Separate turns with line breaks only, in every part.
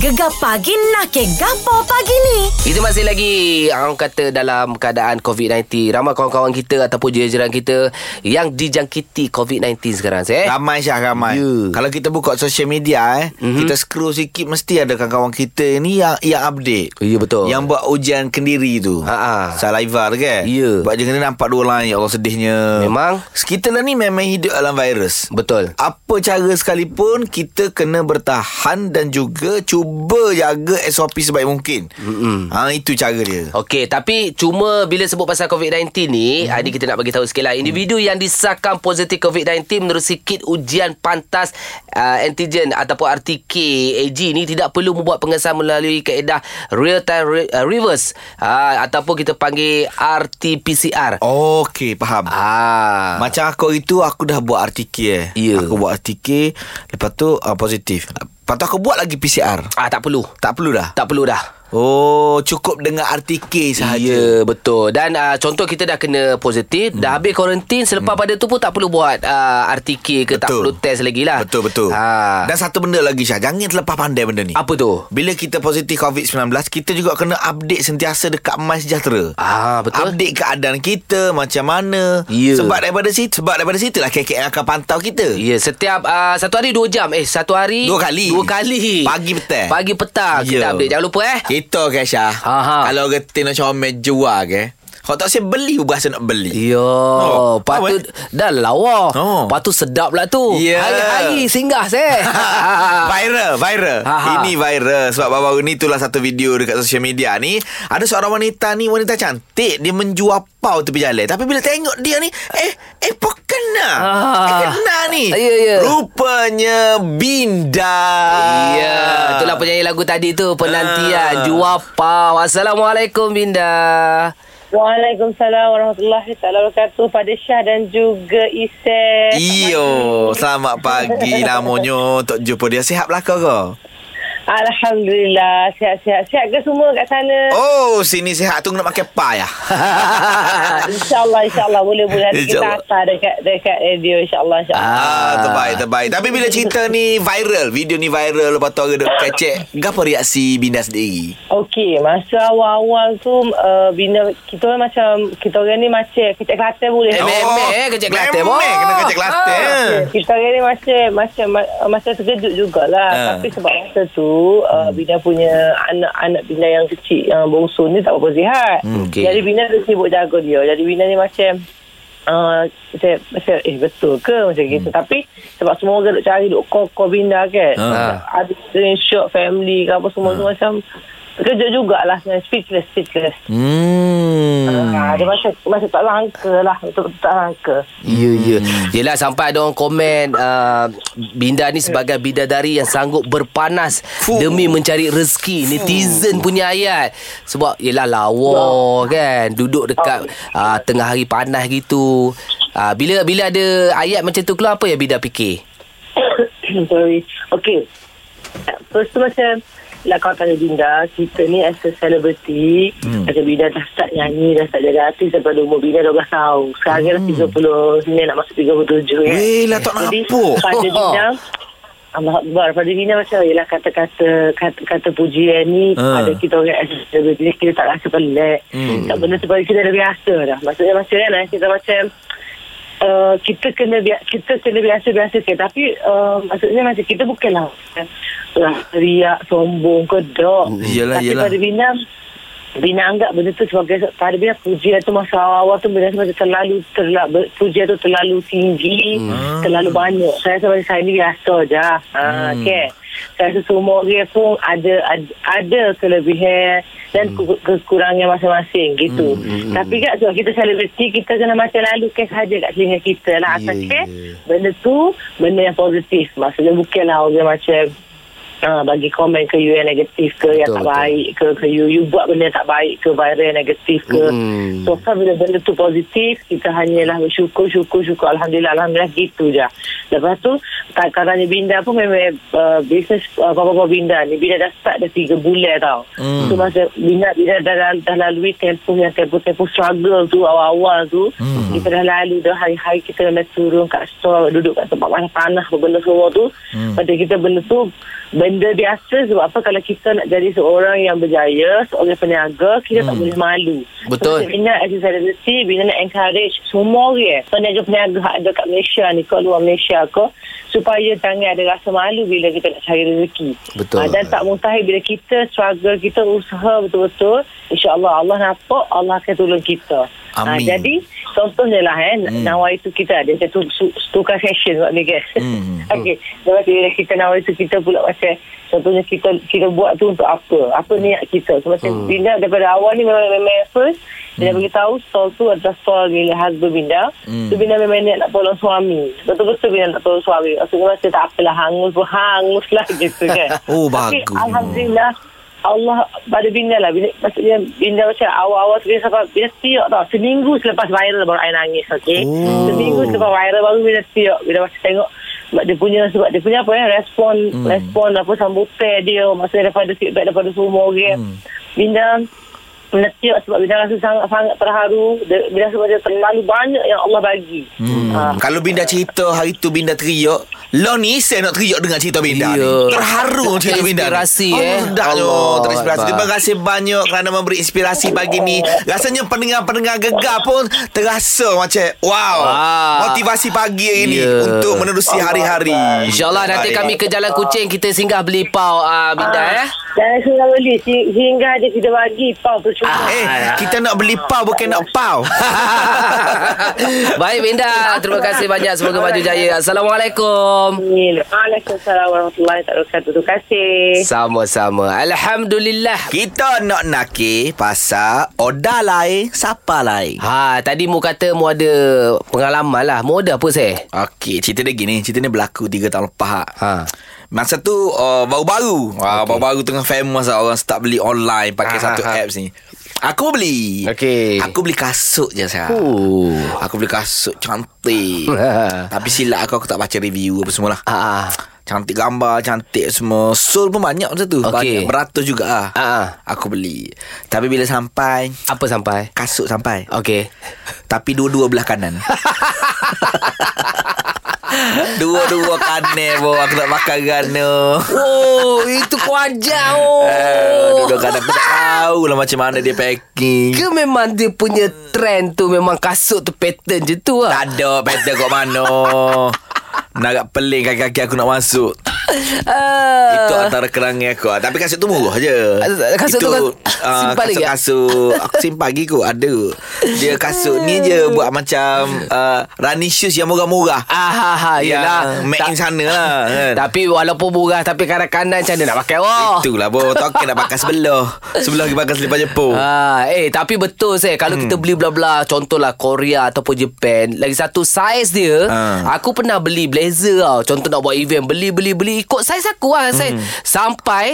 Gegar pagi nak ke gapo pagi ni?
Kita masih lagi Orang kata dalam keadaan COVID-19 Ramai kawan-kawan kita Ataupun jiran-jiran kita Yang dijangkiti COVID-19 sekarang eh?
Ramai Syah ramai
Ya. Mhm.
yeah. Kalau kita buka social media eh, mm-hmm. Kita scroll sikit Mesti ada kawan-kawan kita ni Yang yang update
Ya betul
Yang buat ujian kendiri tu
Ha-ha.
Saliva tu kan
Ya.
Buat ujian kendiri nampak dua orang Ya Allah sedihnya
Memang.
Kita lah ni memang hidup dalam virus
Betul
Apa cara sekalipun Kita kena bertahan Dan juga Cuba jaga SOP sebaik mungkin mm-hmm. ha, Itu cara dia
Okey, tapi cuma bila sebut pasal COVID-19 ni, hmm. kita nak bagi tahu sikit lah. Individu yang disahkan positif COVID-19 menerusi kit ujian pantas uh, antigen ataupun RTK AG ni tidak perlu membuat pengesahan melalui kaedah real time re- uh, reverse uh, ataupun kita panggil
Oh.
RT-PCR.
Okey faham
Ah.
Macam aku hari tu Aku dah buat RTK eh.
Ya.
Aku buat RTK Lepas tu uh, positif Lepas tu aku buat lagi PCR
ah tak perlu.
Tak perlu dah
Tak perlu dah.
Oh cukup dengan RTK sahaja
Ya betul Dan uh, contoh kita dah kena positif hmm. Dah habis kuarantin Selepas hmm. pada tu pun tak perlu buat uh, RTK ke betul. Tak
Betul.
perlu test lagi lah
Ya. Betul betul
ha.
Dan satu benda lagi Syah Jangan terlepas pandai benda ni
Apa tu?
Bila kita positif COVID-19 Kita juga kena update sentiasa Dekat My Sejahtera
Ah betul.
Update keadaan kita Macam mana
Ya.
Sebab daripada situ Sebab daripada situ lah KKN akan pantau kita
Ya, yeah, setiap uh, satu hari dua jam. Eh, satu hari
Dua kali.
Dua kali.
Pagi petang.
Pagi petang yeah. kita
Ya.
update. Jangan lupa eh.
Kita ke Syah
Ha, ha.
Kalau getin nak comel jual ke Kau tak saya beli Berasa nak beli
Yo, oh,
Oh,
patut
apa
dah lawa.
Oh.
Patut sedap lah tu.
Ya.
Hari-hari singgah seh.
viral, viral.
Ha, ha.
Ini viral sebab baru-baru ni itulah satu video dekat social media ni ada seorang wanita ni wanita cantik dia menjual pau tepi jalan tapi bila tengok dia ni eh eh pok kena.
Ah.
Eh kena ni.
Ya, ya.
Rupanya Binda.
Ya, itulah penyanyi lagu tadi tu penantian
Ah.
jual pau. Assalamualaikum Binda.
Waalaikumsalam warahmatullahi taala wabarakatuh pada Syah dan juga Isel.
Iyo, selamat pagi namanya Tok jumpa dia sihatlah kau kau.
Alhamdulillah sihat-sihat. Sihat ke semua kat sana?
Oh, sini sihat tu nak pakai pa ya.
InsyaAllah, insyaAllah. Boleh-boleh nanti kita
InsyaAllah.
hantar dekat, dekat radio. InsyaAllah, insyaAllah.
Ah, terbaik, terbaik. Tapi bila cerita ni viral, video ni viral, lepas tu orang duk kecek, apa reaksi Binda sendiri?
Okey, masa awal-awal tu, uh, bina, kita orang macam, kita orang ni macam, kita Kelantan boleh.
Eh,
tak?
Memek, eh, kecek Kelantan,
Memek,
boh. Ah,
kena kecek eh. Kelantan.
Ha.
Kita hari ni masa masa masa terkejut jugalah
Ha.
ha. tapi sebab masa tu uh,
Hmm.
Bina punya anak-anak Bina yang kecil yang bongsu ni tak apa sihat.
Hmm, okey.
Jadi Bina tu sibuk jaga dia. Jadi Bina ni macam Uh, saya, saya, eh betul ke macam gitu tapi sebab semua orang duk cari duk kau-kau Bina kan
Hmm. Ha.
ada screenshot family ke apa semua tu macam terkejut jugalah sebenarnya speechless speechless
Hmm.
ha, dia macam, macam tak langka lah betul-betul tak langka
Ya, ya. Yelah sampai ada orang komen uh, Binda ni sebagai bidadari yang sanggup berpanas
Fuh.
Demi mencari rezeki Netizen punya ayat Sebab yelah lawa kan Duduk dekat uh, tengah hari panas gitu uh, Bila bila ada ayat macam tu keluar apa yang Binda fikir?
Sorry. Okay. First tu macam lah kalau tanya Binda, kita ni as a celebrity, hmm. macam Binda dah start nyanyi, dah start jadi artis daripada umur Binda 12 tahun. Sekarang hmm. dah 39, nak masuk 37 kan.
Weh, lah tak
Jadi
nampak.
pada Binda, Allah Akbar. Pada Binda macam, yelah kata-kata kata, kata pujian ni,
Ah.
pada kita orang as a celebrity, kita tak rasa pelik. Hmm. Tak benda sebab kita dah biasa dah. Maksudnya macam kan, eh, kita macam, uh, kita kena bia- kita kena biasa-biasa ke tapi uh, maksudnya macam kita bukanlah uh, riak sombong ke dok
Mm, iyalah,
tapi
iyalah.
pada Bina Bina anggap benda tu sebagai pada Bina pujian tu masa awal tu Bina macam terlalu, terlalu pujian tu terlalu tinggi terlalu banyak saya sebagai saya ni biasa je ha, okay saya rasa semua orang pun ada ada, ada kelebihan dan hmm. kekurangan masing-masing gitu. Hmm, Tapi kat sebab kita selebriti kita kena macam lalu kes saja kat telinga kita lah asal yeah, benda tu benda yang positif. Maksudnya bukanlah orang macam Ha, bagi komen ke you yang negatif ke yang
Betul,
tak
betul.
baik ke ke you you buat benda yang tak baik ke viral yang negatif ke
Mm.
so far bila benda tu positif kita hanyalah bersyukur syukur syukur alhamdulillah alhamdulillah gitu je lepas tu kadang-kadang Binda pun memang uh, bisnes uh, bapa-bapa Binda ni Binda dah start dah 3 bulan tau mm. so masa Binda, Binda dah, dah, dah lalui tempoh yang tempoh-tempoh struggle tu awal-awal tu mm. kita dah lalu dah hari-hari kita memang turun kat store duduk kat tempat panas-panas benda semua tu mm. pada kita benda tu benda benda biasa sebab apa kalau kita nak jadi seorang yang berjaya seorang peniaga kita hmm. tak boleh malu
Betul.
so, Bina as a celebrity Bina nak encourage semua orang peniaga-peniaga hak ada kat Malaysia ni kat luar Malaysia ke supaya jangan ada rasa malu bila kita nak cari rezeki
Betul.
Ah, dan tak mustahil bila kita struggle kita usaha betul-betul insyaAllah Allah nampak Allah akan tolong kita Ah,
Amin.
jadi contohnya lah eh hmm. nawai itu kita ada satu su- tukar session buat ni guys
Hmm.
Okey, lepas tu bila kita nawar itu kita pula macam contohnya kita kita buat tu untuk apa? Apa niat kita? Sebab hmm. Binda daripada awal ni memang memang first dia hmm. beritahu stall tu adalah stall milik husband Binda.
Hmm.
Hmm. So Binda memang niat nak tolong suami. Betul-betul Binda nak tolong suami. Maksudnya macam tak apalah hangus pun hangus lah gitu kan.
Oh,
Tapi,
bagus.
Alhamdulillah Allah pada Binda lah Binda, Maksudnya Binda macam awal-awal tu Binda sampai Binda tiok tau Seminggu selepas viral baru I nangis okay?
Oh.
Seminggu selepas viral baru Binda tiok Binda macam tengok sebab dia punya sebab dia punya apa ya respon hmm. respon apa sambutan dia maksudnya daripada feedback daripada semua orang hmm. Binda menetiak sebab Binda rasa sangat-sangat terharu Dia- Binda sebab dia terlalu banyak yang Allah bagi hmm.
Hmm. Kalau Binda cerita hari tu Binda teriak Lo ni saya nak teriak dengar cerita Binda ni.
Ya.
Terharu cerita Binda ni.
Terinspirasi, eh.
Allah, Sedapnya
Allah
Terinspirasi
Akbar.
Terima kasih banyak Kerana memberi inspirasi pagi ni Rasanya pendengar-pendengar gegar pun Terasa macam Wow
Wah.
Motivasi pagi hari ni
Ya.
Untuk menerusi hari-hari
InsyaAllah nanti
Baik.
kami ke Jalan Kucing Kita singgah beli pau uh, Binda ya
Ah. dan saya beli si- sehingga dia tidak bagi pau percuma
Eh kita nak beli pau Bukan nak pau
Baik Binda Terima kasih banyak Semoga maju jaya Assalamualaikum
Amin. Waalaikumsalam warahmatullahi wabarakatuh. Terima kasih.
Sama-sama Alhamdulillah
Kita nak nakir Pasal Oda lain Siapa lain
Ha, tadi mu kata mu ada pengalaman lah. Mu ada apa saya?
Okey, cerita dia gini. Cerita ni berlaku 3 tahun lepas. Hak.
Ha.
Masa tu uh, baru-baru. Ah, baru-baru tengah famous lah orang start beli online pakai
Ah,
satu
ah, ah.
apps ni. Aku beli.
Okey.
Aku beli kasut je sekarang.
Oh.
Aku beli kasut cantik. Tapi silap aku aku tak baca review apa semua lah.
Ha. ha.
Cantik gambar Cantik semua Sol pun banyak masa tu
Okey.
Banyak Beratus juga lah
Ah, ah.
Aku beli Tapi bila sampai
Apa sampai?
Kasut sampai
Okey.
tapi dua-dua belah kanan Dua-dua kanan bo Aku nak makan gana
Oh, itu kuajar. Oh.
Eh, Dua-dua kanan Aku tak tahu lah macam mana dia packing
Ke memang dia punya trend tu memang kasut tu pattern je tu lah.
Tak ada pattern kot mana Narak peling kaki-kaki aku nak masuk
Uh,
Itu antara kerangan aku Ah, Tapi kasut tu murah je
Kasut
Itu,
tu kas-
ah,
simpan lagi ya? tak?
Kasut-kasut Aku simpan lagi kot Ada Dia kasut ni je Buat macam uh, Running shoes yang murah-murah
Ah, ha, ha, yelah.
Yang make in sana lah kan.
Tapi walaupun murah Tapi kanan-kanan Macam mana nak pakai oh.
Itulah bo Token nak pakai sebelah Sebelah lagi pakai selipar Jepun
Ah, eh tapi betul saya kalau hmm. kita beli bla-bla contohlah Korea ataupun Japan lagi satu saiz dia
Ah.
aku pernah beli blazer tau contoh nak buat event beli beli beli ikut saiz aku lah saya
Hmm.
sampai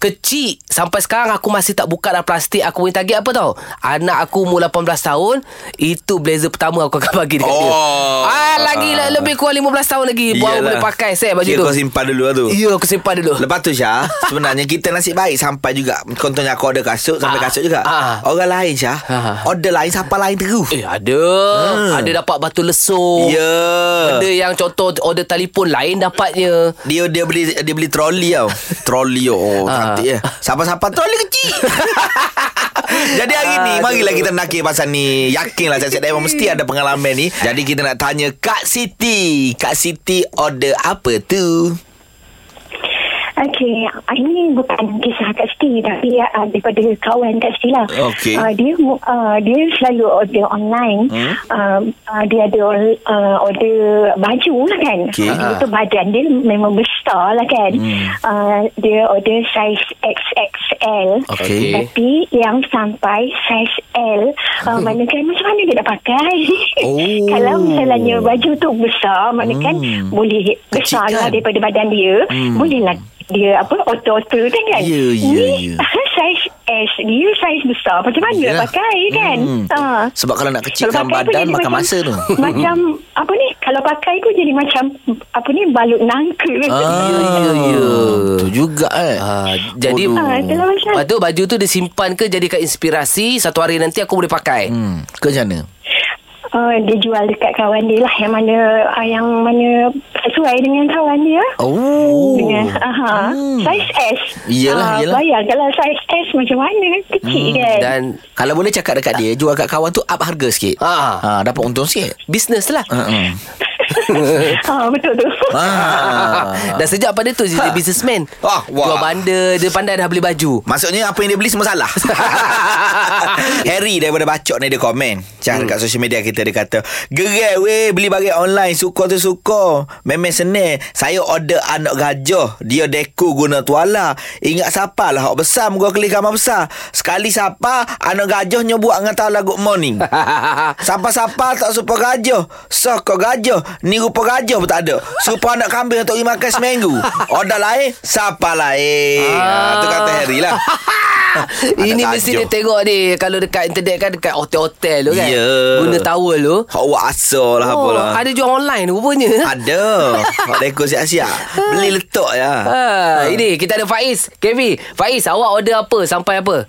kecil sampai sekarang aku masih tak buka dah plastik aku punya target apa tau anak aku umur 18 tahun itu blazer pertama aku akan bagi dekat dia
Oh.
ah lagi lah, lebih kurang 15 tahun lagi baru
Iyalah.
boleh pakai saya baju
Kira
tu
kau simpan dulu lah tu
ya aku simpan dulu
Lepas tu Syah Sebenarnya kita nasib baik Sampai juga Contohnya aku order kasut Sampai
Ah.
kasut juga
Ah.
Orang lain Syah
Ah.
Order lain Siapa lain terus
Eh oh. ada
Ah.
Ada dapat batu lesung
Ya
Benda yang contoh order telefon lain dapatnya.
Dia dia beli dia beli troli tau. Troli oh
Ah.
cantik ya. Siapa-siapa troli kecil. Jadi hari ni Marilah kita nakir pasal ni Yakinlah Cik Daiman Mesti ada pengalaman ni Jadi kita nak tanya Kak Siti Kak Siti order apa tu?
Okey, ini bukan kisah Kak Siti tapi uh, daripada kawan Kak Siti lah.
Okey.
Uh, dia uh, dia selalu order online.
Hmm.
Hmm? Uh, uh, dia ada uh, order baju lah kan.
Okey. Ah.
Dia tu badan dia memang besar lah kan. Hmm. Uh, dia order size XXL.
Okey.
Tapi yang sampai size L uh, Mana kan macam mana dia nak pakai
Oh.
Kalau misalnya baju tu besar Mana kan
Hmm.
boleh besar
Kecil
lah
kan?
daripada badan dia
Hmm.
Bolehlah dia apa auto-auto kan kan
Ya, ya,
Ni
ya.
saiz S Dia saiz besar Macam mana
Yalah.
nak pakai kan
Hmm.
ha.
Sebab kalau nak
Kalau
kecilkan
pakai pun
badan
jadi
Makan
macam-
masa tu
Macam Apa ni Kalau pakai pun jadi macam Apa ni Balut nangka kan?
Ah,
ya, ya.
Tu juga eh
Ha, jadi
Bodoh.
Ah, itulah macam-
Lepas tu baju tu disimpan ke jadikan inspirasi satu hari nanti aku boleh pakai. Hmm.
hmm. Ke macam mana?
uh, dia jual dekat kawan dia lah yang mana uh, yang mana sesuai dengan kawan dia.
Oh.
Dengan aha, saiz S.
Iyalah,
Ah,
iyalah.
Bayang kalau saiz S macam mana kecil hmm, kan.
Dan
Kalau boleh cakap dekat dia Jual kat kawan tu Up harga sikit
Ah.
ha dapat untung sikit
bisnes lah.
uh-uh.
ha, betul tu.
ah.
Dah sejak pada tu jadi
Ha.
businessman.
Wah, wah.
Jual bandar, dia pandai dah beli baju.
Maksudnya apa yang dia beli semua salah Harry daripada Bacok ni dia komen Cah hmm. dekat social media kita Dia kata Gerai weh beli barang online Suka tu suka Memang senang Saya order anak gajah Dia deku guna tuala Ingat siapa lah Hak besar Muka kelih kamar besar Sekali siapa Anak gajahnya buat dengan tuala good morning Sapa-sapa tak supa gajah Soko gajah Ni rupa gajah pun tak ada Supa anak kambing untuk pergi makan seminggu Order lain Sapa lain ah. Tu kata Harry lah
Ini
tajuk.
mesti dia tengok ni Kalau dekat internet kan Dekat hotel-hotel tu kan
Ya.
Guna towel tu
Hak buat asal lah oh, apa lah
Ada jual online rupanya
Ada Hak dekor siap-siap Beli letak ya
ha, Ini kita ada Faiz Kevi Faiz awak order apa Sampai apa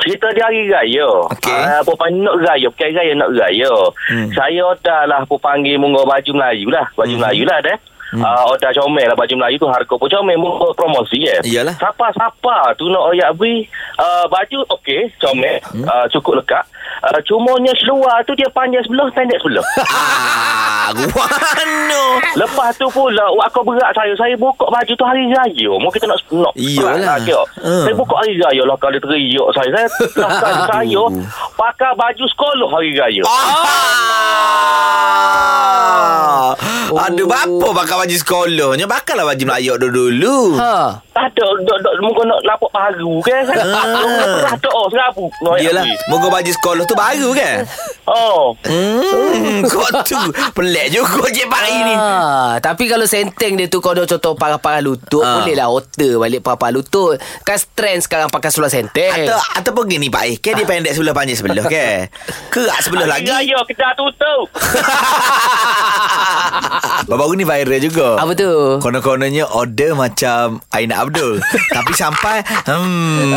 Cerita dia hari raya.
Okey.
Ah, apa panggil nak raya, bukan raya nak raya. Hmm. Saya order lah apa panggil munggu baju Melayu lah. Baju hmm. Melayu lah dah. Hmm. Uh, order comel lah baju Melayu tu harga pun comel munggu promosi ya.
Iyalah.
Siapa-siapa tu nak oyak beli uh, baju okey comel hmm. uh, cukup lekat. Uh, cumanya seluar tu dia panjang sebelah pendek sebelah.
Ah, Guano
Lepas tu pula Wak kau berat saya Saya buka baju tu hari raya Mau kita nak nak
Iyalah.
nak tengok.
Ah.
Saya buka hari raya lah Kalau dia teriak saya Saya lah kali saya Pakai baju sekolah hari raya
Oh.
Ah.
Oh.
Ada bapa pakai baju sekolahnya Bakailah baju Melayu dulu-dulu
Ha
Tak ada dok- dok- Mungkin nak lapuk paru kan
Ah.
Saya Tak ada oh serabu Nak
Yelah
pergi.
Moga baju sekolah tu baru kan
Oh
Hmm Kau tu Pelik juga Cik Pak ini
Ah, tapi kalau senteng dia tu kau dah contoh parah-parah lutut
Ah.
boleh lah otter balik parah-parah lutut kan trend sekarang pakai seluar senteng
Atau ataupun gini Pak Eh
Ah.
Kan dia pendek sebelah panjang sebelah kan Kerak sebelah
Hari
lagi
raya kedah tutup
Ah, Baru-baru ni viral juga
Apa tu?
Konon-kononnya order macam Aina Abdul Tapi sampai Hmm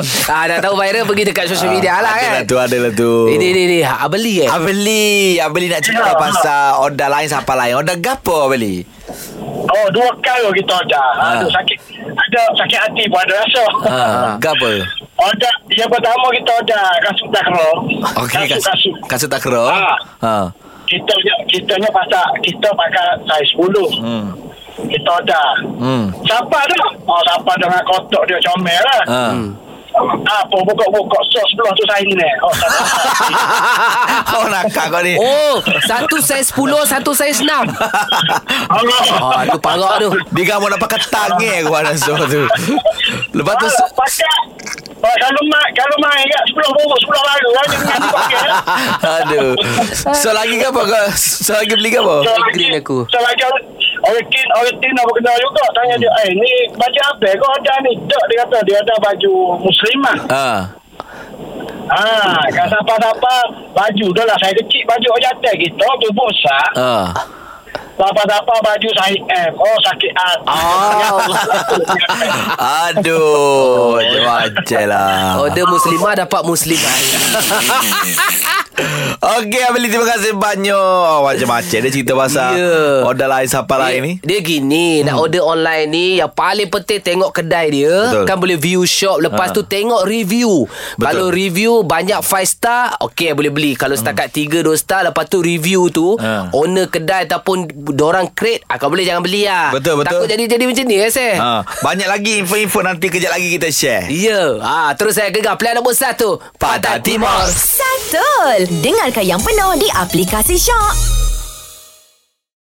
Oh. Ah, nak tahu viral pergi dekat social media lah
Adalah
kan
Ah, tu Adalah tu
Ini ni ni ah, beli eh
Abeli Abeli nak cerita
Ya.
pasal Order lain siapa lain Order gapo Abeli
Oh dua kali kita ada
Ah.
Aduh sakit Ada sakit hati pun ada rasa
ha. Gapo
Order Yang pertama kita order Kasut takro
Okey kasut Kasut tak kera
Ah.
ha.
kita kita ni pasal kita pakai saiz 10
Hmm
kita ada
Hmm
siapa tu oh siapa dengan kotak dia comel lah
ha.
Hmm.
apa buka-buka sos sebelah tu saya ni oh siapa
Oh nakak kau ni
Oh, satu saiz 10, satu saiz 6.
Allah
Ah, tu parah tu.
Dia kan mau nak pakai tangan Aku ada suara tu Lepas tu
Alah, Ah, pakai Oh, kalau mak kalau main kat sebelah buruk sebelah baru kan jangan dipakai lah.
Aduh So lagi ke apa kau So lagi beli ke apa
So lagi-
green aku.
So lagi orang orang tin orang tin apa kenal juga tanya
Hmm.
dia eh ni baju apa kau ada ni tak dia kata dia ada baju muslimah
Ha.
Ah, kan siapa-siapa baju dah lah saya kecil baju orang jatuh kita tu besar.
Ha.
Siapa-siapa baju saya M. Oh sakit hati.
Oh. Aduh, macam lah.
Order muslimah dapat muslimah.
Okey, Abeli terima kasih banyak. Macam-macam dia cerita pasal
Ya.
yeah. order lain siapa lain ni.
Dia gini
Hmm.
Nak order online ni Yang paling penting Tengok kedai dia
Betul.
Kan boleh view shop Lepas
Ha.
tu tengok review
Betul. Hmm.
Kalau review Banyak 5 star Okay boleh beli Kalau setakat 3 2 star Lepas tu review tu
Ha.
Owner kedai Ataupun Diorang crate ah, Kalau boleh jangan beli lah
Betul, betul.
Takut jadi jadi macam ni eh, Seh
Ha. Banyak lagi info-info nanti kejap lagi kita share.
Ya ah, Terus saya gegar Pilihan nombor 1
Pantai Timur.
Settle. Dengarkan yang penuh di aplikasi Shock.